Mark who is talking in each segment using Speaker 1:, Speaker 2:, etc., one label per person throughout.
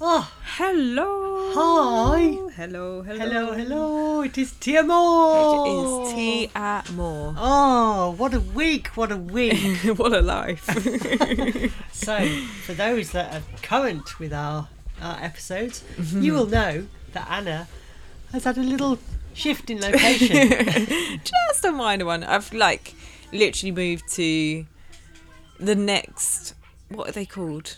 Speaker 1: Ah,
Speaker 2: Hello.
Speaker 1: Hi.
Speaker 2: Hello. Hello.
Speaker 1: hello, hello. It is Tiamo.
Speaker 2: It is T at Moore.
Speaker 1: Oh, what a week! What a week.
Speaker 2: what a life.
Speaker 1: so, for those that are current with our our episodes,
Speaker 2: Mm-hmm.
Speaker 1: you will know that Anna has had a little shift in location.
Speaker 2: Just a minor one. I've like literally moved to the next. What are they called?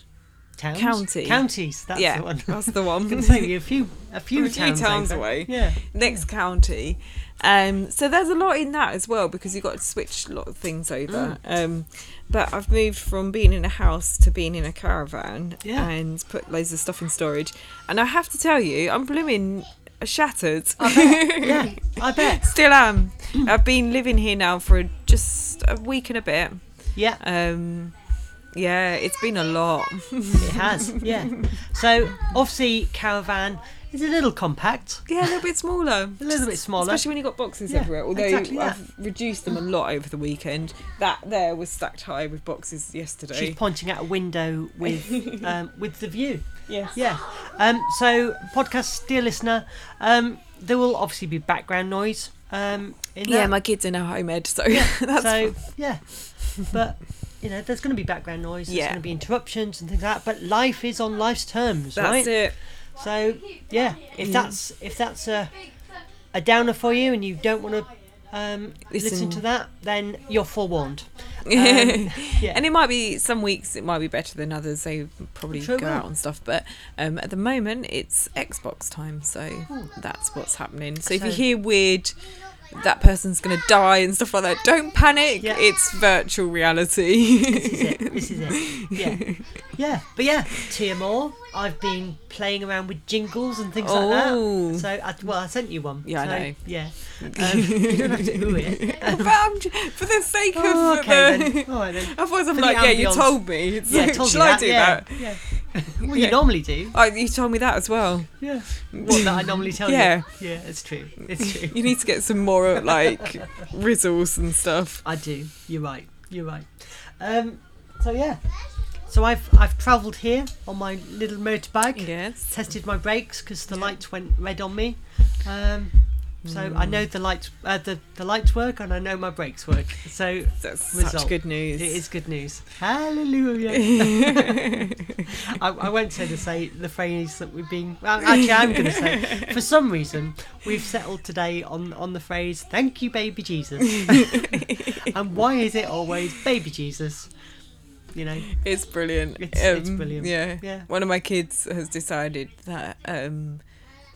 Speaker 1: Towns?
Speaker 2: County.
Speaker 1: Counties. That's
Speaker 2: yeah,
Speaker 1: the one. I
Speaker 2: that's the one.
Speaker 1: can say a few, a few
Speaker 2: A few
Speaker 1: towns,
Speaker 2: towns
Speaker 1: over.
Speaker 2: away.
Speaker 1: Yeah.
Speaker 2: next county. Um, so there's a lot in that as well because you've got to switch a lot of things over.
Speaker 1: Mm.
Speaker 2: Um, but I've moved from being in a house to being in a caravan
Speaker 1: Yeah.
Speaker 2: and put loads of stuff in storage. And I have to tell you, I'm blooming shattered.
Speaker 1: Yeah. I bet.
Speaker 2: Still am. I've been living here now for just a week and a bit.
Speaker 1: Yeah.
Speaker 2: Um, yeah, it's been a lot.
Speaker 1: It has. Yeah. So obviously, caravan is a little compact.
Speaker 2: Yeah, a little bit smaller.
Speaker 1: A little bit smaller.
Speaker 2: Especially when you've got boxes
Speaker 1: Yeah,
Speaker 2: everywhere. Although
Speaker 1: exactly that.
Speaker 2: I've reduced them a lot over the weekend. That there was stacked high with boxes yesterday.
Speaker 1: She's pointing out a window with um, with the view.
Speaker 2: yes.
Speaker 1: Yeah. Um, so, podcast, dear listener, um, there will obviously be background noise. Um, in
Speaker 2: Yeah,
Speaker 1: that.
Speaker 2: my kids are now home ed, so that's
Speaker 1: so yeah, but you know, there's going to be background noise. There's
Speaker 2: Yeah.
Speaker 1: going to be interruptions and things like that. But life is on life's terms,
Speaker 2: that's
Speaker 1: right?
Speaker 2: it.
Speaker 1: So yeah, if that's if that's a a downer for you and you don't want to um, listen.
Speaker 2: Listen.
Speaker 1: to that, then you're forewarned. Um,
Speaker 2: And it might be some weeks it might be better than others. They probably
Speaker 1: Sure
Speaker 2: go
Speaker 1: will.
Speaker 2: out and stuff, but um, at the moment it's Xbox time, so that's what's happening. So, if you
Speaker 1: Hmm. So-
Speaker 2: hear weird, that person's gonna die and stuff like that. Don't panic.
Speaker 1: Yeah.
Speaker 2: It's virtual reality.
Speaker 1: This is it. This is it. Yeah. Yeah. But yeah, TMR. I've been playing around with jingles and things
Speaker 2: Oh.
Speaker 1: like that. So, I, well, I sent you one.
Speaker 2: Yeah, I
Speaker 1: so,
Speaker 2: know.
Speaker 1: Yeah. Um, you don't have to do it.
Speaker 2: but I'm, j- for the sake of
Speaker 1: Oh, okay
Speaker 2: the,
Speaker 1: then. All right then.
Speaker 2: otherwise I'm
Speaker 1: For the
Speaker 2: like, yeah, you
Speaker 1: ambience.
Speaker 2: told me. It's
Speaker 1: Yeah,
Speaker 2: like,
Speaker 1: told
Speaker 2: shall
Speaker 1: you
Speaker 2: I
Speaker 1: that.
Speaker 2: do
Speaker 1: yeah.
Speaker 2: that?
Speaker 1: Yeah. Well,
Speaker 2: Yeah.
Speaker 1: you normally do.
Speaker 2: Oh, you told me that as well.
Speaker 1: Yeah. What that I normally tell
Speaker 2: Yeah.
Speaker 1: you. Yeah, it's true. It's true.
Speaker 2: You need to get some more like rizzles and stuff.
Speaker 1: I do. You're right. You're right. Um, so yeah. So I've I've travelled here on my little motorbike.
Speaker 2: Yes.
Speaker 1: tested my brakes because the lights went red on me. Um,
Speaker 2: Mm.
Speaker 1: so
Speaker 2: Hmm.
Speaker 1: I know the lights, uh, the the lights work, and I know my brakes work. So
Speaker 2: That's such
Speaker 1: Result.
Speaker 2: good
Speaker 1: it
Speaker 2: news.
Speaker 1: is good news. Hallelujah! I, I won't say the say the phrase that we've been. Well, actually, I'm going to say. For some reason, we've settled today on on the phrase "Thank you, baby Jesus." and why is it always baby Jesus? You know,
Speaker 2: It's brilliant. Um,
Speaker 1: It's- it's brilliant.
Speaker 2: Yeah.
Speaker 1: Yeah.
Speaker 2: One of my kids has decided that um,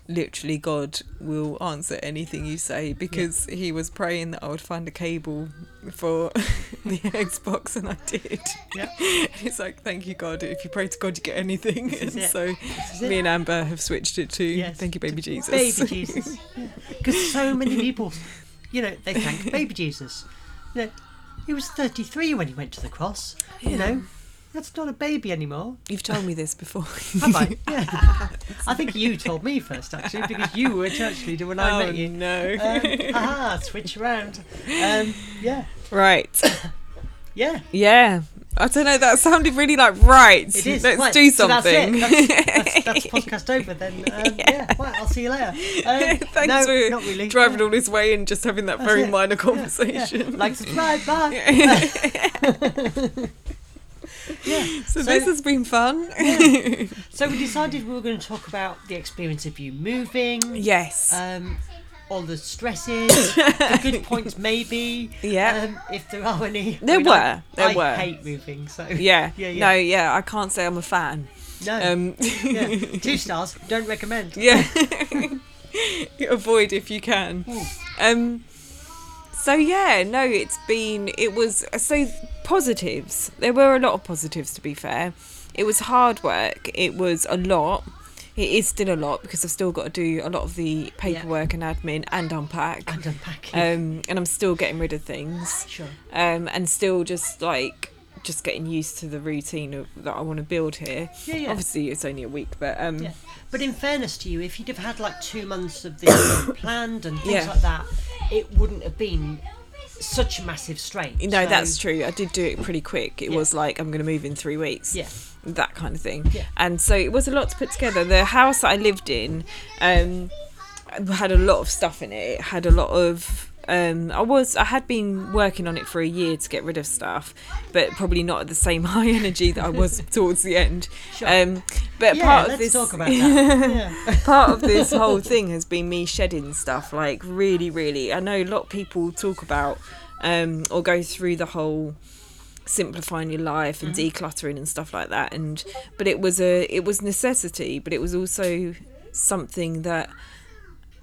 Speaker 2: literally God will answer anything you say because he was praying that I would find a cable for the Xbox and I did.
Speaker 1: Yeah.
Speaker 2: He's like, thank you, God. If you pray to God, you get anything.
Speaker 1: is
Speaker 2: And
Speaker 1: it.
Speaker 2: so
Speaker 1: is it.
Speaker 2: me and Amber have switched it to
Speaker 1: Yes.
Speaker 2: thank you, baby Jesus.
Speaker 1: baby Jesus. Because so many people, you know, they thank baby Jesus. You know, he was 33 when he went to the cross. You know, that's not a baby anymore,
Speaker 2: You've told me this before.
Speaker 1: have I? Yeah. I think you told me first, actually, because you were a church leader when I
Speaker 2: oh,
Speaker 1: met you.
Speaker 2: no.
Speaker 1: Um, aha, switch around. Um, yeah,
Speaker 2: right.
Speaker 1: yeah,
Speaker 2: Yeah. I don't know. That sounded really like right.
Speaker 1: it is.
Speaker 2: Let's
Speaker 1: Right,
Speaker 2: do
Speaker 1: so that's it.
Speaker 2: something.
Speaker 1: that's, that's, that's podcast over then. Um, yeah. right, I'll see you later. Um,
Speaker 2: Thanks
Speaker 1: no,
Speaker 2: for
Speaker 1: not really.
Speaker 2: driving
Speaker 1: Yeah.
Speaker 2: all this way and just having that
Speaker 1: That's
Speaker 2: very
Speaker 1: it.
Speaker 2: minor
Speaker 1: Yeah.
Speaker 2: conversation.
Speaker 1: Like, subscribe, bye. Yeah.
Speaker 2: so,
Speaker 1: so-
Speaker 2: this has been fun.
Speaker 1: So we decided we were going to talk about the experience of you moving,
Speaker 2: yes.
Speaker 1: um, all the stresses, the good points maybe,
Speaker 2: Yeah.
Speaker 1: um, if there are any. I
Speaker 2: There
Speaker 1: I-
Speaker 2: were, there
Speaker 1: I
Speaker 2: were.
Speaker 1: hate moving, so
Speaker 2: yeah.
Speaker 1: yeah,
Speaker 2: No,
Speaker 1: yeah.
Speaker 2: yeah, I can't say I'm a fan.
Speaker 1: no,
Speaker 2: Um,
Speaker 1: yeah. two stars, don't recommend.
Speaker 2: yeah. Avoid if you can.
Speaker 1: Hmm.
Speaker 2: Um so yeah, no, it's been it was so positives. There were a lot of positives to be fair. It was hard work. It was a lot. It is still a lot because I've still got to do a lot of the paperwork and admin and unpack.
Speaker 1: And unpacking.
Speaker 2: Um, and I'm still getting rid of things
Speaker 1: sure.
Speaker 2: um, and still just like just getting used to the routine of, that I want to build here.
Speaker 1: Yeah, yeah.
Speaker 2: Obviously, it's only a week, but um,
Speaker 1: Yeah. But in fairness to you, if you'd have had like two months of this planned and things
Speaker 2: Yeah.
Speaker 1: like that, it wouldn't have been such a massive strain.
Speaker 2: No,
Speaker 1: So,
Speaker 2: that's true. I did do it pretty quick. It
Speaker 1: Yeah.
Speaker 2: was like I'm going to move in three weeks.
Speaker 1: Yeah.
Speaker 2: that kind of thing.
Speaker 1: Yeah.
Speaker 2: And so it was a lot to put together. The house that I lived in um, had a lot of stuff in it. It had a lot of. Um, I was I had been working on it for a year to get rid of stuff, but probably not at the same high energy that I was towards the end.
Speaker 1: Sure.
Speaker 2: Um, but
Speaker 1: yeah,
Speaker 2: part of
Speaker 1: let's
Speaker 2: this
Speaker 1: talk about that. Yeah.
Speaker 2: part of this whole thing has been me shedding stuff like really really i know a lot of people talk about um or go through the whole simplifying your life and decluttering and stuff like that and but it was a it was necessity but it was also something that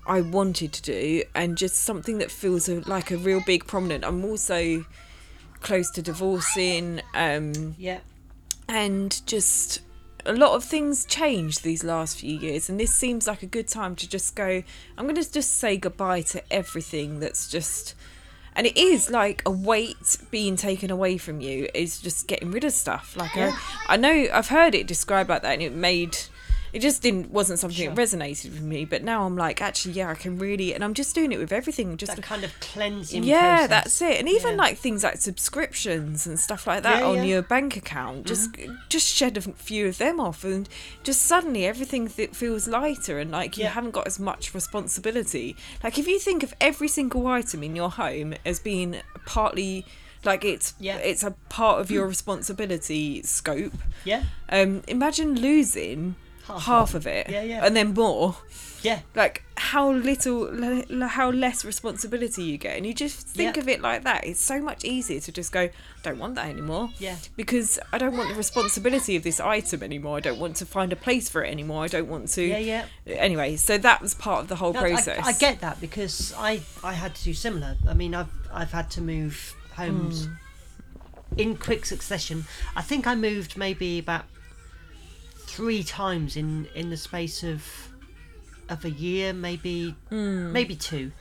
Speaker 2: i wanted to do and just something that feels a, like a real big prominent i'm also close to divorcing um
Speaker 1: yeah.
Speaker 2: and just a lot of things changed these last few years and this seems like a good time to just go i'm going to just say goodbye to everything that's just and it is like a weight being taken away from you is just getting rid of stuff like
Speaker 1: Yeah.
Speaker 2: I, I know i've heard it described like that and it made it just didn't wasn't something that
Speaker 1: Sure.
Speaker 2: resonated with me but now i'm like actually yeah i can really and i'm just doing it with everything just
Speaker 1: That kind of cleansing.
Speaker 2: yeah
Speaker 1: process.
Speaker 2: that's it and even
Speaker 1: Yeah.
Speaker 2: like things like subscriptions and stuff like that
Speaker 1: Yeah, Mm-hmm.
Speaker 2: on
Speaker 1: yeah.
Speaker 2: your bank account just just shed a few of them off and just suddenly everything th- feels lighter and like you
Speaker 1: Yeah.
Speaker 2: haven't got as much responsibility like if you think of every single item in your home as being partly like it's
Speaker 1: Yeah.
Speaker 2: it's a part of your responsibility scope
Speaker 1: Yeah.
Speaker 2: um imagine losing half,
Speaker 1: Half
Speaker 2: of it
Speaker 1: Yeah, yeah.
Speaker 2: and then more
Speaker 1: Yeah.
Speaker 2: like how little le- le- how less responsibility you get and you just think
Speaker 1: Yeah.
Speaker 2: of it like that it's so much easier to just go don't want that anymore
Speaker 1: Yeah.
Speaker 2: because i don't want the responsibility of this item anymore i don't want to find a place for it anymore i don't want to
Speaker 1: Yeah. Yeah.
Speaker 2: anyway so that was part of the whole
Speaker 1: No, I-
Speaker 2: process
Speaker 1: I, get that because I I had to do similar. I mean, I've I've had to move homes
Speaker 2: Hmm.
Speaker 1: in quick succession. I think I moved maybe about three times in in the space of of a year, maybe
Speaker 2: Hmm.
Speaker 1: maybe two.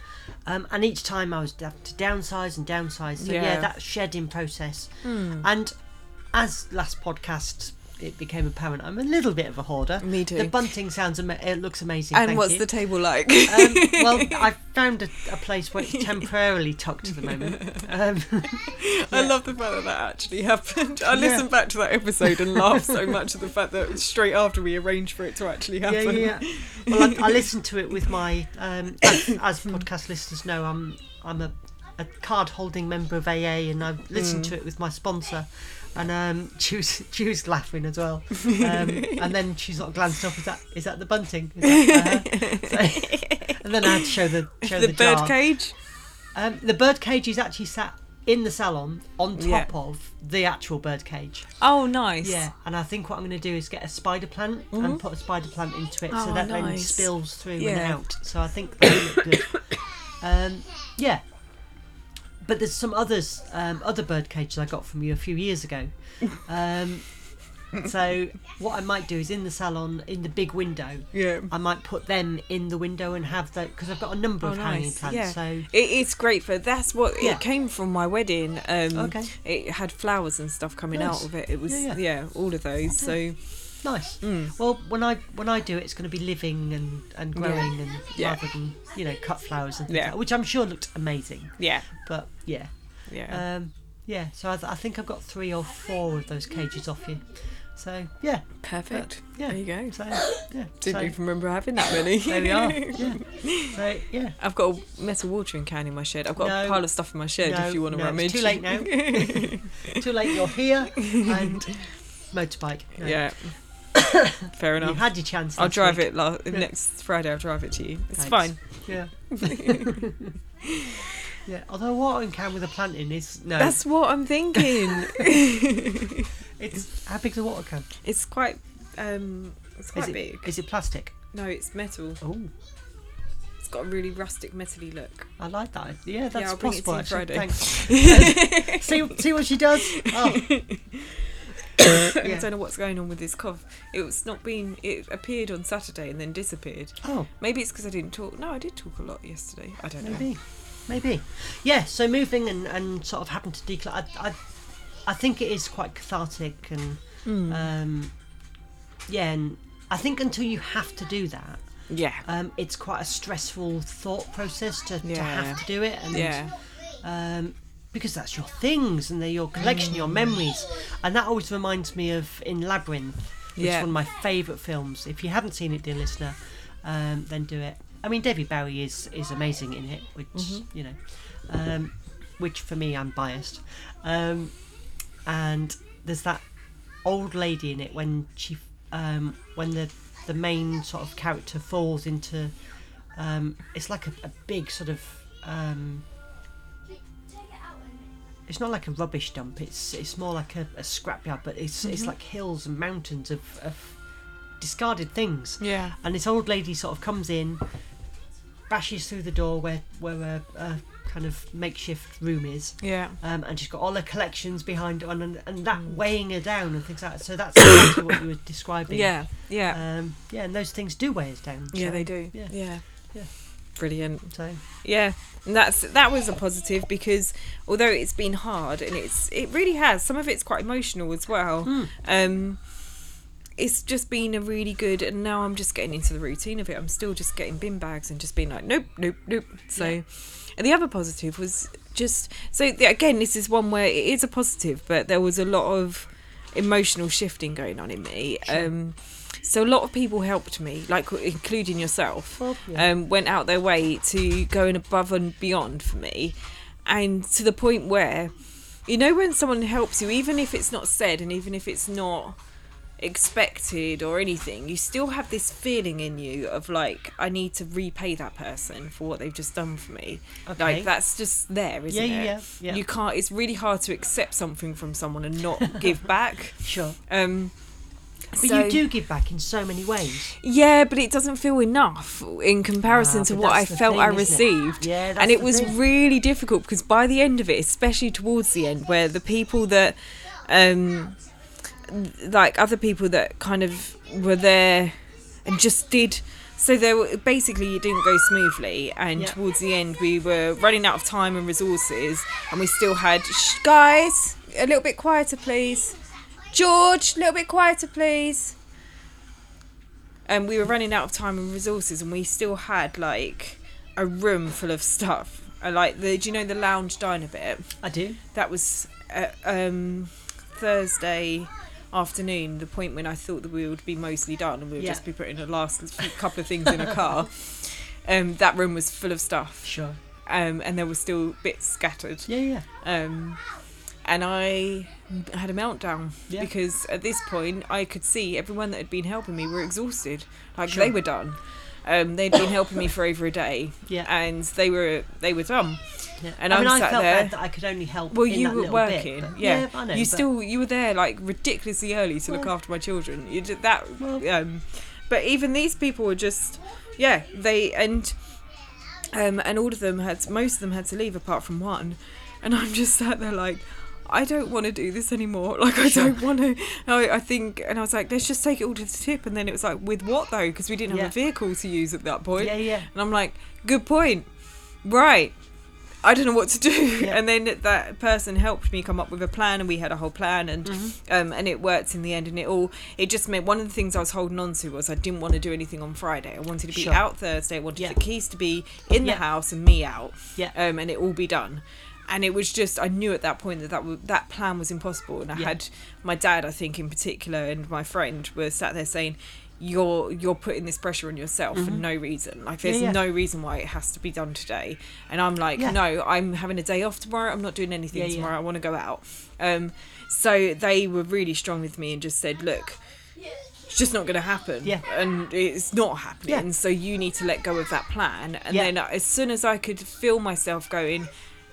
Speaker 1: Um, and each time I was d- to downsize and downsize. So yeah,
Speaker 2: Yeah. Hmm.
Speaker 1: that shedding process. And as last podcast, it became apparent I'm a little bit of a hoarder.
Speaker 2: Me too.
Speaker 1: The bunting sounds ama- it looks amazing.
Speaker 2: and
Speaker 1: thank
Speaker 2: what's
Speaker 1: you.
Speaker 2: the table like
Speaker 1: Um, well, I found a, a place where it's temporarily tucked at the moment. Um,
Speaker 2: I love the fact that that actually happened. I listened back to that episode and laughed so much at the fact that straight after we arranged for it to actually
Speaker 1: yeah,
Speaker 2: happen.
Speaker 1: yeah. Well, I, I listened to it with my, um, as, as podcast listeners know, I'm I'm a, a card holding member of AA, and I listened
Speaker 2: Mm.
Speaker 1: to it with my sponsor. And um, she was she was laughing as well, um, and then she sort of glanced up. Is that is that the bunting? Is that for her? So- and then I had to show the show the,
Speaker 2: The
Speaker 1: jar.
Speaker 2: bird cage.
Speaker 1: Um, the bird cage is actually sat in the salon on top
Speaker 2: Yeah.
Speaker 1: of the actual bird cage.
Speaker 2: Oh, nice.
Speaker 1: Yeah, and I think what I'm going to do is get a spider plant and put a spider plant into it
Speaker 2: Mm-hmm. Oh,
Speaker 1: so that then
Speaker 2: nice.
Speaker 1: spills through and
Speaker 2: Yeah.
Speaker 1: out. So I think that will look good. Um, yeah. But there's some others, um, other bird cages I got from you a few years ago. Um, so what I might do is in the salon, in the big window,
Speaker 2: Yeah.
Speaker 1: I might put them in the window and have that because I've got a number
Speaker 2: Oh,
Speaker 1: of hanging
Speaker 2: nice.
Speaker 1: plants.
Speaker 2: Yeah.
Speaker 1: So
Speaker 2: It, it's great for that's what
Speaker 1: Yeah.
Speaker 2: it came from my wedding. Um,
Speaker 1: Okay.
Speaker 2: It had flowers and stuff coming out
Speaker 1: Nice.
Speaker 2: of it. It was yeah,
Speaker 1: Yeah, yeah.
Speaker 2: all of those. So
Speaker 1: Nice. Well, when I when I do it, it's going to be living and, and growing and
Speaker 2: Mm. Yeah.
Speaker 1: rather than you know cut flowers and things
Speaker 2: Yeah.
Speaker 1: like- which I'm sure looked amazing.
Speaker 2: yeah,
Speaker 1: But yeah,
Speaker 2: yeah.
Speaker 1: um, yeah. So I, th- I think I've got three or four of those cages off you. So yeah,
Speaker 2: Perfect.
Speaker 1: Uh, yeah.
Speaker 2: There you go.
Speaker 1: So yeah,
Speaker 2: Didn't
Speaker 1: so,
Speaker 2: even remember having that many.
Speaker 1: there we are. Yeah. So yeah.
Speaker 2: I've got a metal watering can in my shed. I've got a
Speaker 1: No.
Speaker 2: pile of stuff in my shed
Speaker 1: No,
Speaker 2: if you want to
Speaker 1: no,
Speaker 2: rummage.
Speaker 1: it's too late now. Too late. You're here and motorbike. No.
Speaker 2: yeah. Fair
Speaker 1: You
Speaker 2: enough.
Speaker 1: had your chance.
Speaker 2: I'll
Speaker 1: last
Speaker 2: drive
Speaker 1: week.
Speaker 2: it la- next Friday. I'll drive it to you. It's
Speaker 1: Thanks.
Speaker 2: fine.
Speaker 1: Yeah. yeah. Although watering can with a plant in is no.
Speaker 2: That's what I'm thinking.
Speaker 1: It's how big's a water can?
Speaker 2: it's quite. Um, it's quite
Speaker 1: Is it,
Speaker 2: big.
Speaker 1: is it plastic?
Speaker 2: No, it's metal.
Speaker 1: Oh,
Speaker 2: It's got a really rustic, metally look.
Speaker 1: I like that. Yeah, that's
Speaker 2: I'll bring it to
Speaker 1: possible.
Speaker 2: you
Speaker 1: actually.
Speaker 2: Friday.
Speaker 1: Thanks. see, see what she does. Oh.
Speaker 2: I
Speaker 1: Yeah.
Speaker 2: don't know what's going on with this cough. It was not been. It appeared on Saturday and then disappeared.
Speaker 1: oh,
Speaker 2: Maybe it's because I didn't talk. No, I did talk a lot yesterday. I don't know.
Speaker 1: maybe, maybe. Yeah. So moving and, and sort of having to declutter. I, I, I think it is quite cathartic and
Speaker 2: Hmm.
Speaker 1: um, yeah, and I think until you have to do that,
Speaker 2: Yeah.
Speaker 1: um, it's quite a stressful thought process to, to
Speaker 2: Yeah.
Speaker 1: have to do it. And
Speaker 2: Yeah.
Speaker 1: um, because that's your things and they're your collection, your memories. And that always reminds me of in Labyrinth, which
Speaker 2: Yeah.
Speaker 1: is one of my favourite films. If you haven't seen it, dear listener, um, then do it. I mean, David Bowie is is amazing in it, which you know, um, which for me I'm biased. Um, and there's that old lady in it when she um, when the the main sort of character falls into um, it's like a, a big sort of um, it's not like a rubbish dump it's it's more like a, a scrapyard but it's
Speaker 2: Mm-hmm.
Speaker 1: it's like hills and mountains of, of discarded things
Speaker 2: Yeah.
Speaker 1: and this old lady sort of comes in, bashes through the door where where a, a kind of makeshift room is,
Speaker 2: Yeah.
Speaker 1: um, and she's got all her collections behind her, and and, and that
Speaker 2: Mm.
Speaker 1: weighing her down and things like that. So that's exactly what you were describing.
Speaker 2: Yeah. Yeah.
Speaker 1: Um, yeah, and those things do weigh us down.
Speaker 2: Yeah,
Speaker 1: so,
Speaker 2: they do.
Speaker 1: yeah.
Speaker 2: Yeah.
Speaker 1: Yeah.
Speaker 2: Brilliant.
Speaker 1: So
Speaker 2: Yeah. And that's that was a positive because although it's been hard and it's it really has some of it's quite emotional as well. Um it's just been a really good and now I'm just getting into the routine of it. I'm still just getting bin bags and just being like nope, nope, nope. So and the other positive was just so the- again this is one where it is a positive but there was a lot of emotional shifting going on in me. Um so a lot of people helped me, like including yourself
Speaker 1: well, yeah.
Speaker 2: um, went out their way to go in above and beyond for me, and to the point where, you know, when someone helps you, even if it's not said and even if it's not expected or anything, you still have this feeling in you of like, I need to repay that person for what they've just done for me.
Speaker 1: Okay.
Speaker 2: Like that's just there, isn't
Speaker 1: Yeah,
Speaker 2: it?
Speaker 1: yeah, yeah.
Speaker 2: You can't. It's really hard to accept something from someone and not give back.
Speaker 1: sure,
Speaker 2: Um,
Speaker 1: but
Speaker 2: so-
Speaker 1: you do give back in so many ways.
Speaker 2: yeah, but it doesn't feel enough in comparison
Speaker 1: Ah,
Speaker 2: to
Speaker 1: but
Speaker 2: what I
Speaker 1: that's the
Speaker 2: felt
Speaker 1: thing,
Speaker 2: I
Speaker 1: isn't it?
Speaker 2: received.
Speaker 1: Yeah, that's
Speaker 2: and it
Speaker 1: the
Speaker 2: was
Speaker 1: thing.
Speaker 2: really difficult because by the end of it, especially towards the end, where the people that, um, like other people that kind of were there and just did. So there were, basically it didn't go smoothly, and
Speaker 1: Yeah.
Speaker 2: towards the end we were running out of time and resources, and we still had Shh, guys a little bit quieter, please. George, a little bit quieter, please and we were running out of time and resources and we still had like a room full of stuff Uh, like the do you know the lounge diner bit
Speaker 1: I do.
Speaker 2: that was uh, um thursday afternoon the point when i thought that we would be mostly done and we would
Speaker 1: Yeah.
Speaker 2: just be putting the last few- couple of things in a car um that room was full of stuff
Speaker 1: Sure.
Speaker 2: um and there were still bits scattered
Speaker 1: Yeah, yeah.
Speaker 2: um, and I had a meltdown
Speaker 1: Yeah.
Speaker 2: because at this point I could see everyone that had been helping me were exhausted, like
Speaker 1: Sure.
Speaker 2: they were done. Um, they'd been helping me for over a day,
Speaker 1: Yeah.
Speaker 2: and they were they were done.
Speaker 1: yeah.
Speaker 2: and
Speaker 1: I mean,
Speaker 2: I'm
Speaker 1: I
Speaker 2: sat
Speaker 1: felt
Speaker 2: there-
Speaker 1: bad that I could only help.
Speaker 2: Well,
Speaker 1: in
Speaker 2: you
Speaker 1: that
Speaker 2: were
Speaker 1: little
Speaker 2: working,
Speaker 1: bit, but-
Speaker 2: yeah.
Speaker 1: but I know,
Speaker 2: you
Speaker 1: but-
Speaker 2: still you were there like ridiculously early to look
Speaker 1: Well-
Speaker 2: after my children. You did that,
Speaker 1: Well-
Speaker 2: um, but even these people were just, yeah, they and um, and all of them had most of them had to leave apart from one, and I'm just sat there like. I don't want to do this anymore. Like I don't want to. I, I think, and I was like, let's just take it all to the tip. And then it was like, with what though? Because we didn't have
Speaker 1: Yeah.
Speaker 2: a vehicle to use at that point.
Speaker 1: Yeah, yeah.
Speaker 2: And I'm like, good point. Right. I don't know what to do.
Speaker 1: Yeah.
Speaker 2: And then that person helped me come up with a plan and we had a whole plan and
Speaker 1: Mm-hmm.
Speaker 2: um, and it worked in the end and it all it just meant one of the things I was holding on to was I didn't want to do anything on Friday. I wanted to be
Speaker 1: Sure.
Speaker 2: out Thursday, I wanted
Speaker 1: Yeah.
Speaker 2: the keys to be in
Speaker 1: Yeah.
Speaker 2: the house and me out.
Speaker 1: Yeah.
Speaker 2: Um, and it all be done. And it was just I knew at that point that that, w- that plan was impossible and I
Speaker 1: Yeah.
Speaker 2: had my dad I think in particular and my friend were sat there saying you're you're putting this pressure on yourself for no reason. Like there's
Speaker 1: Mm-hmm. yeah.
Speaker 2: no reason why it has to be done today. And I'm like,
Speaker 1: Yeah.
Speaker 2: no, I'm having a day off tomorrow. I'm not doing anything
Speaker 1: Yeah, yeah.
Speaker 2: tomorrow. I want to go out. Um, so they were really strong with me and just said, look, it's just not going to happen.
Speaker 1: Yeah.
Speaker 2: And it's not happening.
Speaker 1: Yeah.
Speaker 2: So you need to let go of that plan. And
Speaker 1: Yeah.
Speaker 2: then as soon as I could feel myself going,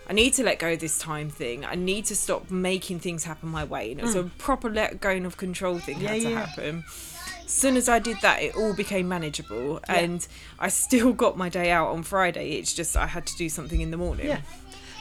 Speaker 2: I need to let go of this time thing. I need to stop making things happen my way. And it was a proper let going of control thing
Speaker 1: Hmm. Yeah,
Speaker 2: had to
Speaker 1: yeah.
Speaker 2: happen. As soon as I did that, it all became manageable, and I still got my day out on Friday. It's just I had to do something in the morning.
Speaker 1: Yeah.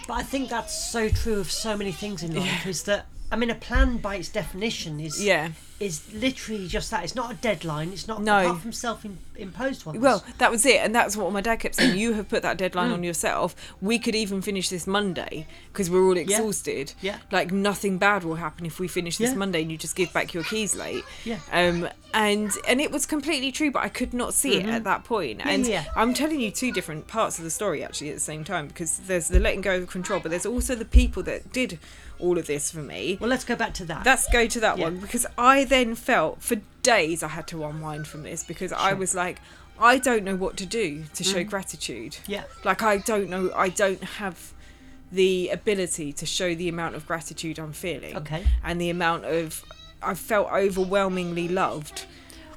Speaker 1: But I think that's so true of so many things in life is that I mean a plan by its definition is
Speaker 2: Yeah.
Speaker 1: is literally just that. It's not a deadline. It's not
Speaker 2: No.
Speaker 1: apart from self-imposed ones.
Speaker 2: Well, that was it, and that's what my dad kept saying. You have put that
Speaker 1: Mm.
Speaker 2: deadline on yourself. We could even finish this Monday because we're all exhausted.
Speaker 1: Yeah.
Speaker 2: Like nothing bad will happen if we finish this
Speaker 1: Yeah.
Speaker 2: Monday and you just give back your keys late.
Speaker 1: Yeah.
Speaker 2: Um. And and it was completely true, but I could not see it at that point. and
Speaker 1: Mm-hmm. yeah.
Speaker 2: I'm telling you two different parts of the story actually at the same time because there's the letting go of control, but there's also the people that did all of this for me.
Speaker 1: well, let's go back to that.
Speaker 2: Let's go to that
Speaker 1: Yeah.
Speaker 2: one because I then felt for days I had to unwind from this because I was like, I don't know what to do to show
Speaker 1: Mm.
Speaker 2: gratitude.
Speaker 1: Yeah.
Speaker 2: Like, I don't know, I don't have the ability to show the amount of gratitude I'm feeling.
Speaker 1: Okay.
Speaker 2: And the amount of, I felt overwhelmingly loved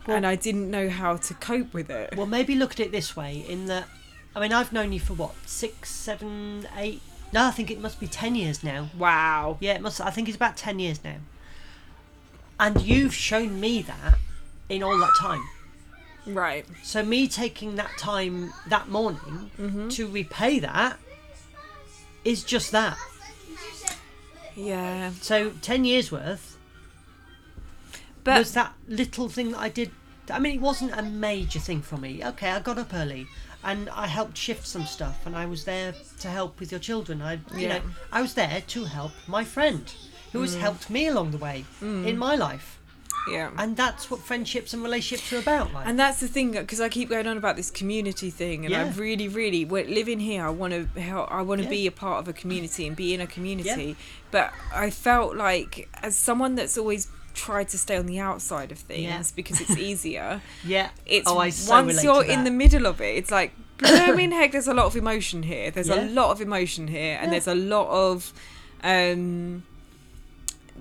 Speaker 1: Well-
Speaker 2: and I didn't know how to cope with it.
Speaker 1: Well, maybe look at it this way: in that, I mean, I've known you for what six, seven, eight? No, I think it must be ten years now.
Speaker 2: wow.
Speaker 1: Yeah, it must. I think it's about ten years now. And you've shown me that in all that time.
Speaker 2: Right.
Speaker 1: So me taking that time that morning
Speaker 2: Mm-hmm.
Speaker 1: to repay that is just that.
Speaker 2: Yeah.
Speaker 1: So ten years worth
Speaker 2: But
Speaker 1: was that little thing that I did. I mean, it wasn't a major thing for me. Okay, I got up early and I helped shift some stuff, and I was there to help with your children. I, you
Speaker 2: Yeah. Mm.
Speaker 1: know, I was there to help my friend, who has helped me along the way in my life,
Speaker 2: yeah.
Speaker 1: and that's what friendships and relationships are about. Like,
Speaker 2: And that's the thing because I keep going on about this community thing, and I
Speaker 1: Yeah.
Speaker 2: really, really well, living here. I want to help. I want to
Speaker 1: Yeah.
Speaker 2: be a part of a community and be in a community. But I felt like as someone that's always tried to stay on the outside of things
Speaker 1: Yeah.
Speaker 2: because it's easier.
Speaker 1: yeah,
Speaker 2: It's
Speaker 1: oh, I so
Speaker 2: once
Speaker 1: relate to
Speaker 2: you're in
Speaker 1: that.
Speaker 2: the middle of it, it's like blooming heck. There's a lot of emotion here. There's
Speaker 1: Yeah.
Speaker 2: a lot of emotion here, and
Speaker 1: Yeah.
Speaker 2: there's a lot of. Um,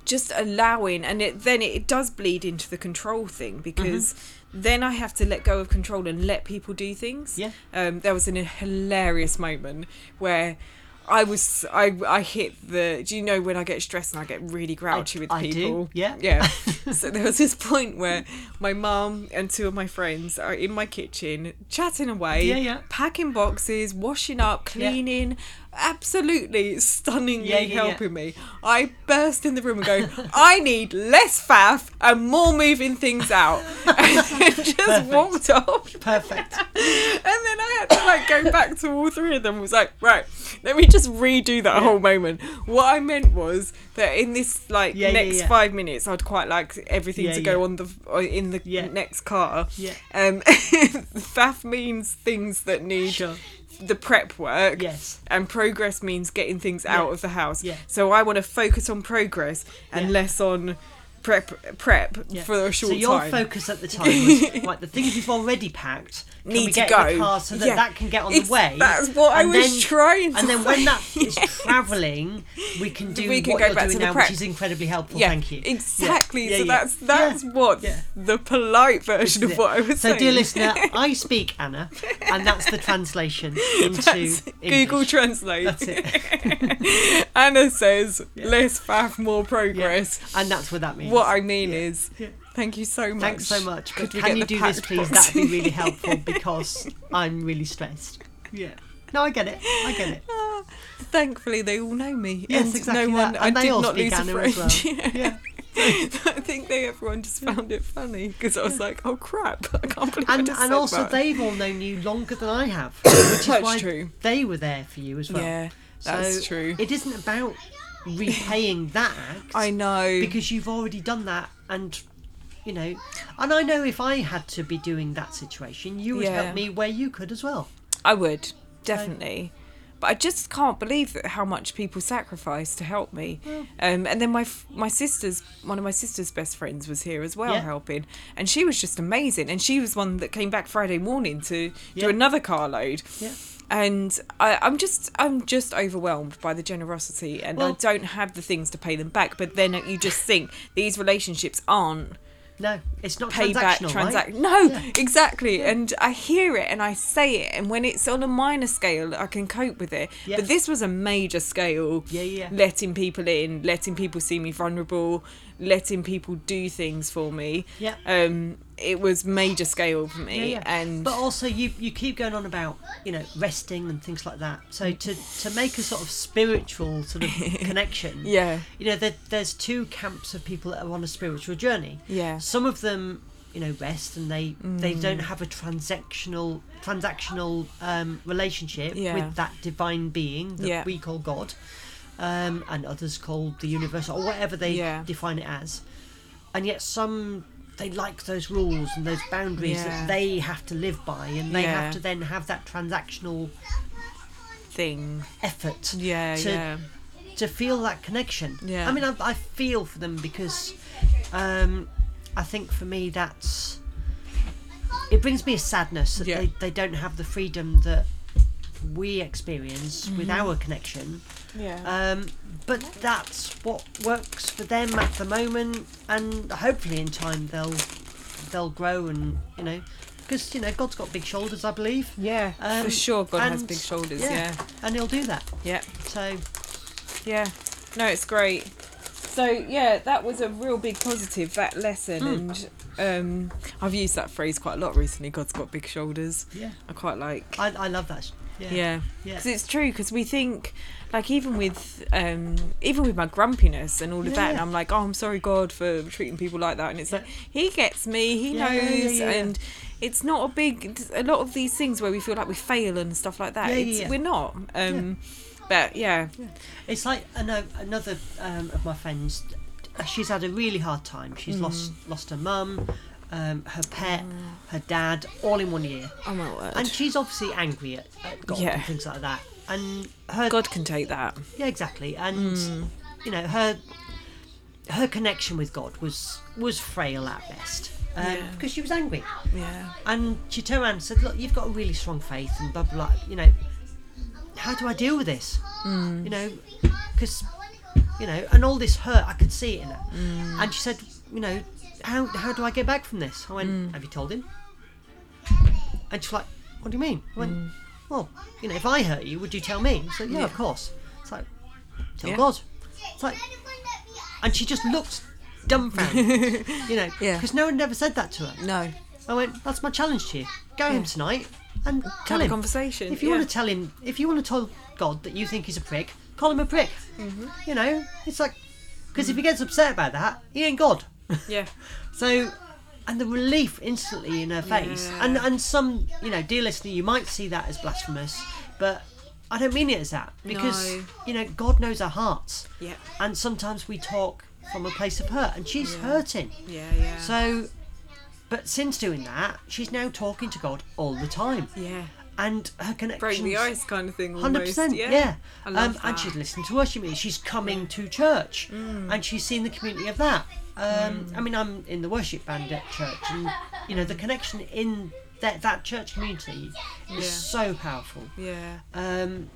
Speaker 2: just allowing and it then it does bleed into the control thing because then i have to let go of control and let people do things
Speaker 1: Mm-hmm. Yeah.
Speaker 2: um there was an, a hilarious moment where I was I I hit the do you know when I get stressed and I get really grouchy with
Speaker 1: I do,
Speaker 2: people
Speaker 1: yeah.
Speaker 2: yeah so there was this point where my mum and two of my friends are in my kitchen chatting away
Speaker 1: Yeah, yeah.
Speaker 2: packing boxes washing up
Speaker 1: Yeah.
Speaker 2: cleaning absolutely stunningly
Speaker 1: Yeah, yeah, yeah.
Speaker 2: helping me. I burst in the room and go, I need less faff and more moving things out. And then just walked off.
Speaker 1: perfect.
Speaker 2: And then I had to like go back to all three of them and was like, right, let me just redo that whole moment. What I meant was that in this like
Speaker 1: Yeah, yeah,
Speaker 2: next
Speaker 1: yeah.
Speaker 2: five minutes I'd quite like everything
Speaker 1: Yeah,
Speaker 2: to go
Speaker 1: yeah.
Speaker 2: on the or in the
Speaker 1: Yeah.
Speaker 2: next car.
Speaker 1: Yeah.
Speaker 2: Um faff means things that need
Speaker 1: Sure.
Speaker 2: the prep work
Speaker 1: Yes.
Speaker 2: and progress means getting things out of the house.
Speaker 1: Yeah.
Speaker 2: So I want to focus on progress and
Speaker 1: Yeah.
Speaker 2: less on prep prep
Speaker 1: Yeah.
Speaker 2: for a short
Speaker 1: So your
Speaker 2: time.
Speaker 1: focus at the time was right. The things we've already packed can
Speaker 2: Need
Speaker 1: we
Speaker 2: to
Speaker 1: get
Speaker 2: go.
Speaker 1: in the car so that
Speaker 2: Yeah.
Speaker 1: that can get on
Speaker 2: It's-
Speaker 1: the way.
Speaker 2: that's what I was trying to
Speaker 1: And then when that is travelling, we can do
Speaker 2: We can
Speaker 1: what
Speaker 2: go
Speaker 1: you're
Speaker 2: back to
Speaker 1: doing
Speaker 2: the
Speaker 1: now,
Speaker 2: prep.
Speaker 1: which is incredibly helpful.
Speaker 2: yeah,
Speaker 1: Thank you. Yeah.
Speaker 2: exactly.
Speaker 1: Yeah,
Speaker 2: so
Speaker 1: yeah.
Speaker 2: that's
Speaker 1: Yeah.
Speaker 2: that's what
Speaker 1: Yeah.
Speaker 2: the
Speaker 1: This
Speaker 2: polite
Speaker 1: is
Speaker 2: version of
Speaker 1: it.
Speaker 2: what I was
Speaker 1: so,
Speaker 2: saying.
Speaker 1: dear listener, I speak Anna, and that's the translation into
Speaker 2: That's Google
Speaker 1: English.
Speaker 2: Translate.
Speaker 1: That's
Speaker 2: it. Anna says less faff, more progress.
Speaker 1: and that's what that means.
Speaker 2: What I mean is, thank you so much.
Speaker 1: Thanks so much.
Speaker 2: Could
Speaker 1: But
Speaker 2: we
Speaker 1: can
Speaker 2: get
Speaker 1: you
Speaker 2: the
Speaker 1: do this,
Speaker 2: packed
Speaker 1: please?
Speaker 2: box?
Speaker 1: That'd be really helpful because I'm really stressed. Yeah. No, I get it. I get it.
Speaker 2: Ah, Thankfully, they all know me.
Speaker 1: Yes,
Speaker 2: and
Speaker 1: exactly
Speaker 2: No one,
Speaker 1: that.
Speaker 2: I
Speaker 1: And they
Speaker 2: did
Speaker 1: all
Speaker 2: not
Speaker 1: speak
Speaker 2: lose
Speaker 1: Anna
Speaker 2: a
Speaker 1: as well.
Speaker 2: friend.
Speaker 1: Yeah.
Speaker 2: I think they everyone just found it funny because I was like, "Oh crap! I can't believe I
Speaker 1: and
Speaker 2: just
Speaker 1: and
Speaker 2: said
Speaker 1: also
Speaker 2: that."
Speaker 1: they've all known you longer than I have, which is
Speaker 2: That's
Speaker 1: why
Speaker 2: true.
Speaker 1: they were there for you as well.
Speaker 2: Yeah,
Speaker 1: So
Speaker 2: that's true.
Speaker 1: It isn't about repaying that act
Speaker 2: I know.
Speaker 1: because you've already done that, and you know, and I know if I had to be doing that situation, you would
Speaker 2: Yeah.
Speaker 1: help me where you could as well.
Speaker 2: I would definitely, but I just can't believe that how much people sacrifice to help me. Um, and then my f- my sister's one of my sister's best friends was here as well
Speaker 1: Yeah.
Speaker 2: helping, and she was just amazing. And she was one that came back Friday morning to
Speaker 1: Yeah.
Speaker 2: do another carload.
Speaker 1: Yeah.
Speaker 2: And I, I'm just I'm just overwhelmed by the generosity, and I
Speaker 1: Well-
Speaker 2: don't have the things to pay them back. But then you just think these relationships aren't
Speaker 1: No, it's not
Speaker 2: payback
Speaker 1: transactional,
Speaker 2: transact
Speaker 1: right?
Speaker 2: no exactly and i hear it and i say it and when it's on a minor scale i can cope with it
Speaker 1: Yes.
Speaker 2: but this was a major scale
Speaker 1: Yeah, yeah, yeah.
Speaker 2: letting people in letting people see me vulnerable letting people do things for me.
Speaker 1: Yeah.
Speaker 2: Um, it was major scale for
Speaker 1: Yeah,
Speaker 2: me,
Speaker 1: yeah.
Speaker 2: and
Speaker 1: but also you you keep going on about you know resting and things like that. So to to make a sort of spiritual sort of connection,
Speaker 2: yeah,
Speaker 1: you know there, there's two camps of people that are on a spiritual journey.
Speaker 2: yeah, Mm.
Speaker 1: Some of them you know rest and they they don't have a transactional transactional um, relationship
Speaker 2: Yeah.
Speaker 1: with that divine being that
Speaker 2: Yeah.
Speaker 1: we call God, um, and others call the universe or whatever they
Speaker 2: Yeah.
Speaker 1: define it as, and yet some. They like those rules and those boundaries
Speaker 2: Yeah.
Speaker 1: that they have to live by, and they
Speaker 2: Yeah.
Speaker 1: have to then have that transactional
Speaker 2: thing,
Speaker 1: effort
Speaker 2: yeah,
Speaker 1: to
Speaker 2: yeah,
Speaker 1: to feel that connection.
Speaker 2: Yeah.
Speaker 1: I mean, I, I feel for them because um, I think for me that's it brings me a sadness that
Speaker 2: Yeah.
Speaker 1: they, they don't have the freedom that we experience with our connection.
Speaker 2: yeah,
Speaker 1: Um, but that's what works for them at the moment, and hopefully in time they'll they'll grow and you know because you know God's got big shoulders, I believe.
Speaker 2: yeah.
Speaker 1: um,
Speaker 2: for sure, God has
Speaker 1: and-
Speaker 2: big shoulders.
Speaker 1: yeah. and he'll do that.
Speaker 2: yeah. yeah.
Speaker 1: So
Speaker 2: Yeah. No, it's great. So yeah, that was a real big positive that lesson,
Speaker 1: Hmm.
Speaker 2: and um, I've used that phrase quite a lot recently. God's got big shoulders.
Speaker 1: yeah,
Speaker 2: I quite like.
Speaker 1: I, I love that. Yeah,
Speaker 2: Yeah,
Speaker 1: yeah.
Speaker 2: because it's true. Because we think, like, even with um, even with my grumpiness and all of that, and
Speaker 1: Yeah.
Speaker 2: I'm like, oh, I'm sorry, God, for treating people like that. And it's like He gets me. He
Speaker 1: Yeah, yeah,
Speaker 2: knows.
Speaker 1: yeah, yeah.
Speaker 2: And it's not a big. A lot of these things where we feel like we fail and stuff like that.
Speaker 1: Yeah, yeah,
Speaker 2: it's,
Speaker 1: yeah.
Speaker 2: We're not. Um, But yeah,
Speaker 1: It's like I know another um, of my friends. She's had a really hard time. She's
Speaker 2: Hmm.
Speaker 1: lost lost her mum, um, her pet,
Speaker 2: Ah.
Speaker 1: her dad, all in one year,
Speaker 2: oh my word,
Speaker 1: and she's obviously angry at, at God
Speaker 2: Yeah.
Speaker 1: and things like that. And her
Speaker 2: God can take that.
Speaker 1: yeah, exactly. And
Speaker 2: Hmm.
Speaker 1: you know her her connection with God was was frail at best um,
Speaker 2: Yeah.
Speaker 1: because she was angry.
Speaker 2: Yeah.
Speaker 1: And she turned around and said, "Look, you've got a really strong faith, and blah blah. blah. You know, how do I deal with this?
Speaker 2: Hmm.
Speaker 1: You know, because you know, and all this hurt, I could see it in her.
Speaker 2: Hmm.
Speaker 1: And she said, you know, how how do I get back from this? I went,
Speaker 2: Hmm.
Speaker 1: have you told him? And she's like, what do you mean? I went, well, you know, if I hurt you, would you tell me? She said, yeah, of
Speaker 2: Hmm. Yeah.
Speaker 1: course. It's like, tell
Speaker 2: Yeah.
Speaker 1: God. It's like, and she just looked dumbfounded, you know, because
Speaker 2: Yeah.
Speaker 1: no one had ever said that to her.
Speaker 2: No.
Speaker 1: I went, that's my challenge to you. Go home tonight and tell
Speaker 2: Have a
Speaker 1: him.
Speaker 2: conversation.
Speaker 1: If you
Speaker 2: yeah.
Speaker 1: want to tell him, if you want to tell God that you think he's a prick, call him a prick.
Speaker 2: Mm-hmm.
Speaker 1: You know, it's like, because if he gets upset about that, he ain't God.
Speaker 2: Yeah.
Speaker 1: So, and the relief instantly in her face. And and some, you know, dear listener, you might see that as blasphemous, but I don't mean it as that because
Speaker 2: No.
Speaker 1: you know God knows our hearts,
Speaker 2: Yeah.
Speaker 1: and sometimes we talk from a place of hurt, and she's hurting.
Speaker 2: Yeah. Yeah.
Speaker 1: So, but since doing that, she's now talking to God all the time,
Speaker 2: yeah.
Speaker 1: and her connection.
Speaker 2: Break the ice kind of thing.
Speaker 1: Hundred
Speaker 2: Almost.
Speaker 1: percent,
Speaker 2: Yeah.
Speaker 1: yeah.
Speaker 2: I love
Speaker 1: um, and
Speaker 2: that. Mm.
Speaker 1: she's listened to worship music. She's coming to church, and she's seen the community of that. Um, I mean, I'm in the worship band at church, and you know the connection in that that church community is
Speaker 2: Yeah.
Speaker 1: so powerful.
Speaker 2: Yeah.
Speaker 1: Um,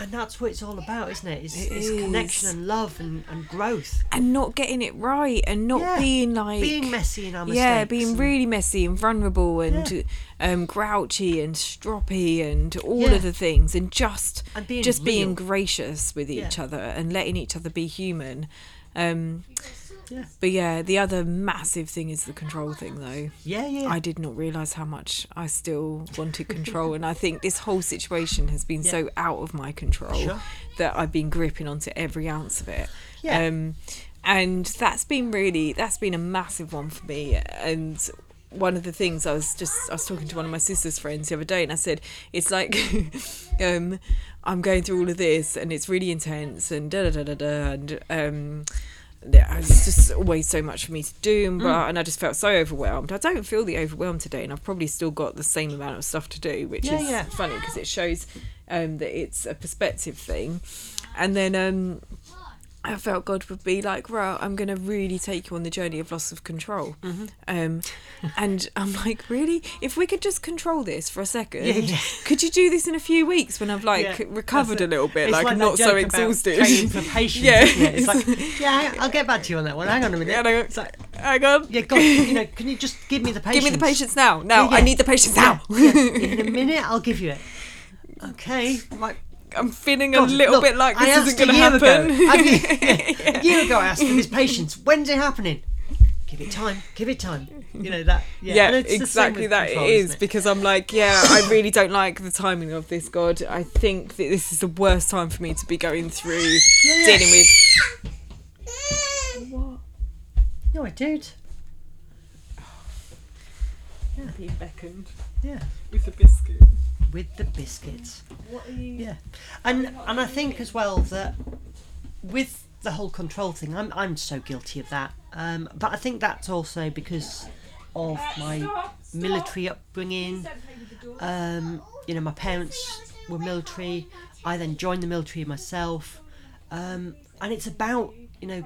Speaker 1: and that's what it's all about, isn't it? It's,
Speaker 2: It
Speaker 1: it's
Speaker 2: is.
Speaker 1: connection and love and, and growth.
Speaker 2: And not getting it right, and not
Speaker 1: Yeah.
Speaker 2: being like
Speaker 1: being messy in our mistakes.
Speaker 2: yeah, being
Speaker 1: and-
Speaker 2: really messy and vulnerable and
Speaker 1: Yeah.
Speaker 2: um, grouchy and stroppy and all
Speaker 1: Yeah.
Speaker 2: of the things, and just
Speaker 1: And being
Speaker 2: just being
Speaker 1: real.
Speaker 2: gracious with each
Speaker 1: Yeah.
Speaker 2: other and letting each other be human. Um,
Speaker 1: Yeah.
Speaker 2: But yeah, the other massive thing is the control thing, though.
Speaker 1: yeah, yeah.
Speaker 2: I did not realise how much I still wanted control. and I think this whole situation has been so out of my control
Speaker 1: Sure.
Speaker 2: that I've been gripping onto every ounce of it.
Speaker 1: Yeah.
Speaker 2: Um, and that's been really, that's been a massive one for me. And one of the things I was just, I was talking to one of my sister's friends the other day and I said, it's like, um, I'm going through all of this and it's really intense and da da da da da. And, um, there was just always so much for me to do and, blah, and I just felt so overwhelmed. I don't feel the overwhelmed today and I've probably still got the same amount of stuff to do, which
Speaker 1: Yeah,
Speaker 2: is
Speaker 1: yeah.
Speaker 2: funny because it shows um, that it's a perspective thing. And then um, I felt God would be like, right, I'm going to really take you on the journey of loss of control.
Speaker 1: Mm-hmm.
Speaker 2: Um, and I'm like, really? If we could just control this for a second,
Speaker 1: Yeah, yeah.
Speaker 2: could you do this in a few weeks when I've like
Speaker 1: Yeah,
Speaker 2: recovered
Speaker 1: that's
Speaker 2: a
Speaker 1: it.
Speaker 2: little bit,
Speaker 1: It's
Speaker 2: like,
Speaker 1: that
Speaker 2: not so
Speaker 1: joke about
Speaker 2: exhausted?
Speaker 1: Training for patience,
Speaker 2: Yeah.
Speaker 1: isn't it? It's like, yeah, I'll get back to you on that one. Hang on a minute.
Speaker 2: And I go,
Speaker 1: It's like,
Speaker 2: hang on.
Speaker 1: yeah, God, you know, can you just give me the
Speaker 2: Give
Speaker 1: patience?
Speaker 2: me the patience now. Now
Speaker 1: Yeah,
Speaker 2: I
Speaker 1: yeah.
Speaker 2: need the patience now.
Speaker 1: Yeah, yeah. In a minute, I'll give you it. Okay, right.
Speaker 2: I'm feeling
Speaker 1: God,
Speaker 2: a little
Speaker 1: look,
Speaker 2: bit like
Speaker 1: I
Speaker 2: this
Speaker 1: asked
Speaker 2: isn't going
Speaker 1: a
Speaker 2: to
Speaker 1: year
Speaker 2: happen.
Speaker 1: Ago, I mean, A year ago, I asked his patients, "When's it happening?" Give it time. Give it time. You know that. Yeah,
Speaker 2: yeah,
Speaker 1: and it's the same
Speaker 2: exactly
Speaker 1: with
Speaker 2: that
Speaker 1: control,
Speaker 2: it is
Speaker 1: isn't
Speaker 2: because I'm like, yeah, I really don't like the timing of this. God, I think that this is the worst time for me to be going through
Speaker 1: yeah.
Speaker 2: dealing with.
Speaker 1: You're a dude.
Speaker 2: Being beckoned
Speaker 1: Yeah,
Speaker 2: with a biscuit.
Speaker 1: with the biscuits.
Speaker 2: What are you?
Speaker 1: Yeah, and and I think as well that with the whole control thing, I'm I'm so guilty of that. Um, but I think that's also because of my military upbringing. Um, you know, my parents were military. I then joined the military myself, um, and it's about you know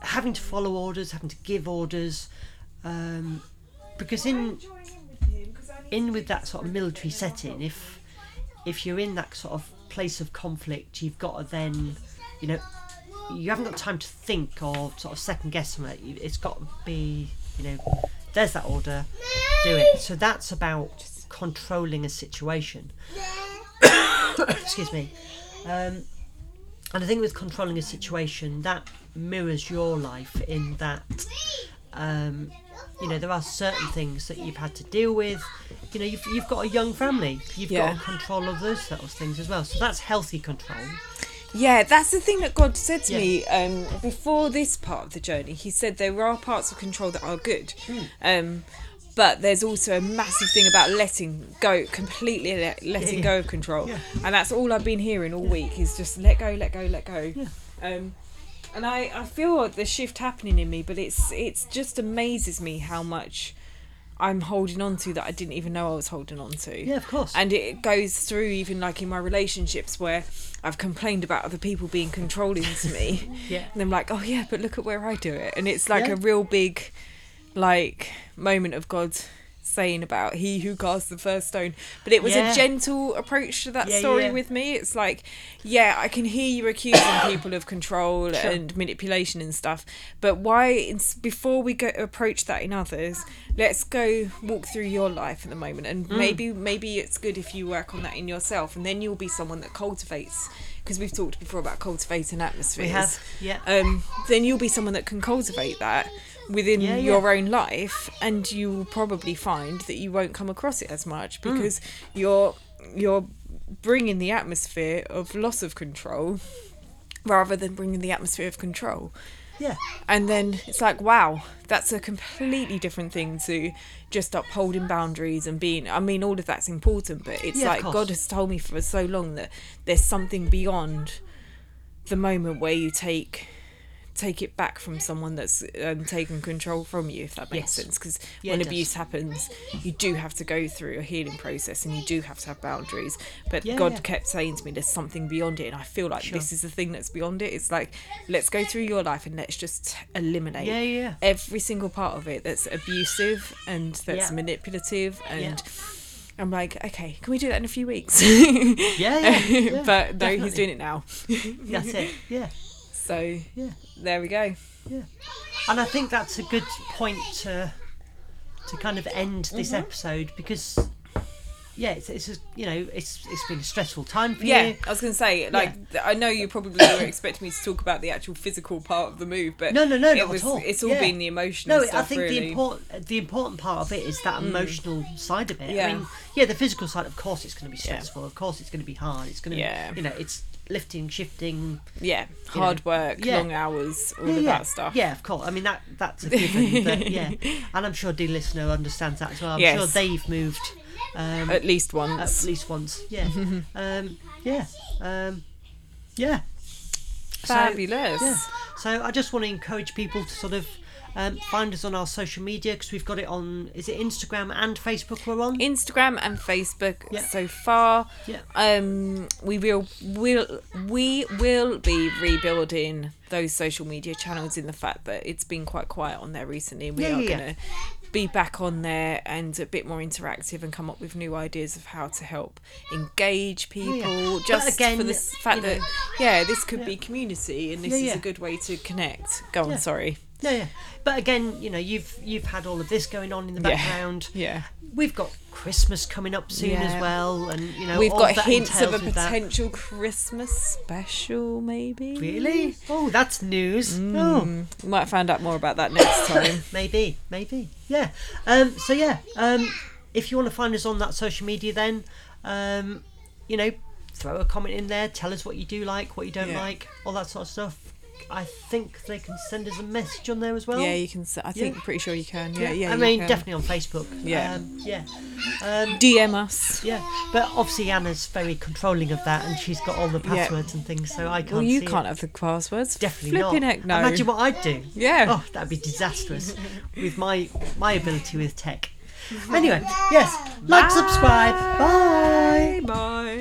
Speaker 1: having to follow orders, having to give orders, um, because in in with that sort of military setting, if if you're in that sort of place of conflict, you've got to then, you know, you haven't got time to think or sort of second guess on it. You- It's got to be, you know, there's that order, do it. So that's about controlling a situation. Excuse me. Um, and I think with controlling a situation, that mirrors your life in that, um, you know, there are certain things that you've had to deal with. You know, you've, you've got a young family, you've
Speaker 2: Yeah.
Speaker 1: got to control of those sort of things as well. So that's healthy control.
Speaker 2: Yeah, that's the thing that God said to
Speaker 1: Yeah.
Speaker 2: me um, before this part of the journey. He said there are parts of control that are good,
Speaker 1: Hmm.
Speaker 2: um, but there's also a massive thing about letting go, completely let, letting
Speaker 1: yeah.
Speaker 2: go of control.
Speaker 1: Yeah.
Speaker 2: And that's all I've been hearing all week is just let go, let go, let go.
Speaker 1: Yeah.
Speaker 2: Um, and I, I feel the shift happening in me, but it's it's just amazes me how much I'm holding on to that I didn't even know I was holding on to
Speaker 1: Yeah, of course.
Speaker 2: and it goes through even like in my relationships where I've complained about other people being controlling to me.
Speaker 1: Yeah.
Speaker 2: And I'm like, oh yeah, but look at where I do it. And it's like
Speaker 1: Yeah.
Speaker 2: a real big, like, moment of God saying about he who cast the first stone. But it was
Speaker 1: Yeah.
Speaker 2: a gentle approach to that
Speaker 1: Yeah,
Speaker 2: story
Speaker 1: yeah.
Speaker 2: with me. It's like, yeah, I can hear you accusing people of control and manipulation and stuff. But why, ins- before we go approach that in others, let's go walk through your life at the moment. And
Speaker 1: Mm.
Speaker 2: maybe, maybe it's good if you work on that in yourself, and then you'll be someone that cultivates. Because we've talked before about cultivating atmospheres.
Speaker 1: We have, yeah.
Speaker 2: Um, then you'll be someone that can cultivate that within
Speaker 1: Yeah, yeah.
Speaker 2: your own life, and you will probably find that you won't come across it as much
Speaker 1: Mm.
Speaker 2: because you're you're bringing the atmosphere of loss of control rather than bringing the atmosphere of control.
Speaker 1: Yeah.
Speaker 2: And then it's like, wow, that's a completely different thing to just upholding boundaries and being. I mean, all of that's important, but it's
Speaker 1: Yeah, of
Speaker 2: like
Speaker 1: course.
Speaker 2: God has told me for so long that there's something beyond the moment where you take take it back from someone that's um, taken control from you if that makes
Speaker 1: Yes.
Speaker 2: sense because
Speaker 1: Yeah,
Speaker 2: when
Speaker 1: it does.
Speaker 2: abuse happens you do have to go through a healing process and you do have to have boundaries but
Speaker 1: Yeah,
Speaker 2: god
Speaker 1: yeah.
Speaker 2: kept saying to me there's something beyond it and i feel like
Speaker 1: Sure.
Speaker 2: this is the thing that's beyond it it's like let's go through your life and let's just eliminate
Speaker 1: Yeah, yeah.
Speaker 2: every single part of it that's abusive and that's
Speaker 1: Yeah.
Speaker 2: manipulative and
Speaker 1: Yeah.
Speaker 2: i'm like okay can we do that in a few weeks
Speaker 1: Yeah, yeah, yeah,
Speaker 2: but no
Speaker 1: definitely.
Speaker 2: he's doing it now
Speaker 1: That's it. Yeah.
Speaker 2: so
Speaker 1: Yeah.
Speaker 2: there we go
Speaker 1: and I think that's a good point to to kind of end this
Speaker 2: Mm-hmm.
Speaker 1: episode because yeah, it's, it's just, you know it's it's been a stressful time for
Speaker 2: Yeah,
Speaker 1: you.
Speaker 2: I was going to say, like, th- I know you probably were expecting me to talk about the actual physical part of the move, but
Speaker 1: No, no, no,
Speaker 2: it
Speaker 1: not
Speaker 2: was,
Speaker 1: at all.
Speaker 2: It's all
Speaker 1: Yeah.
Speaker 2: been the emotional
Speaker 1: No,
Speaker 2: stuff.
Speaker 1: I think
Speaker 2: really. Mm.
Speaker 1: the important the important part of it is that emotional side of it. I
Speaker 2: Yeah.
Speaker 1: mean, yeah, the physical side, of course, it's going to be stressful. Of course, it's going to be hard. It's going to,
Speaker 2: Yeah.
Speaker 1: be, you know, it's lifting, shifting,
Speaker 2: yeah, hard work,
Speaker 1: Yeah.
Speaker 2: long hours, all
Speaker 1: yeah,
Speaker 2: of
Speaker 1: yeah.
Speaker 2: that stuff.
Speaker 1: Yeah, of course. I mean, that that's a given. but yeah, and I'm sure the listener understands that as well. I'm
Speaker 2: Yes.
Speaker 1: sure
Speaker 2: Uh,
Speaker 1: they've moved. Um,
Speaker 2: At least
Speaker 1: at
Speaker 2: once.
Speaker 1: least once. Yeah. um, yeah. Um, yeah. So-
Speaker 2: Fabulous.
Speaker 1: yeah. So I just want to encourage people to sort of um, find us on our social media because we've got it on. Is it Instagram and Facebook we're on?
Speaker 2: Instagram and Facebook
Speaker 1: Yeah.
Speaker 2: so far.
Speaker 1: Yeah.
Speaker 2: Um, we will will we will be rebuilding those social media channels in the fact that it's been quite quiet on there recently. We
Speaker 1: Yeah,
Speaker 2: are
Speaker 1: yeah, yeah.
Speaker 2: gonna be back on there and a bit more interactive and come up with new ideas of how to help engage people.
Speaker 1: But
Speaker 2: Just
Speaker 1: again,
Speaker 2: for the s- fact
Speaker 1: you know-
Speaker 2: that yeah, this could be community and this
Speaker 1: Yeah,
Speaker 2: is
Speaker 1: yeah.
Speaker 2: a good way to connect. Go on,
Speaker 1: Yeah.
Speaker 2: sorry.
Speaker 1: No, yeah. But again, you know, you've you've had all of this going on in the
Speaker 2: Yeah.
Speaker 1: background.
Speaker 2: Yeah.
Speaker 1: We've got Christmas coming up soon
Speaker 2: Yeah.
Speaker 1: as well, and you know,
Speaker 2: We've
Speaker 1: all
Speaker 2: got
Speaker 1: that
Speaker 2: hints of a
Speaker 1: entails with that.
Speaker 2: potential Christmas special, maybe.
Speaker 1: Really? Oh, that's news. Oh,
Speaker 2: Mm, we might find out more about that next time.
Speaker 1: maybe, maybe. Yeah. Um, so yeah. Um, if you want to find us on that social media, then, um, you know, throw a comment in there. Tell us what you do like, what you don't
Speaker 2: Yeah.
Speaker 1: like, all that sort of stuff. I think they can send us a message on there as well.
Speaker 2: yeah, you can. s- I think pretty sure you can. Yeah, yeah.
Speaker 1: I
Speaker 2: you
Speaker 1: mean,
Speaker 2: can.
Speaker 1: definitely on Facebook.
Speaker 2: Yeah.
Speaker 1: Um, yeah. Um,
Speaker 2: DM us.
Speaker 1: yeah. But obviously Anna's very controlling of that, and she's got all the
Speaker 2: Yeah.
Speaker 1: passwords and things, so I can't.
Speaker 2: Well, you
Speaker 1: see it.
Speaker 2: can't have the passwords.
Speaker 1: Definitely
Speaker 2: Flipping
Speaker 1: not.
Speaker 2: heck no.
Speaker 1: Imagine what I'd do.
Speaker 2: Yeah.
Speaker 1: Oh, that'd be disastrous with my my ability with tech. Anyway, yes. Like, subscribe. Bye.
Speaker 2: Bye.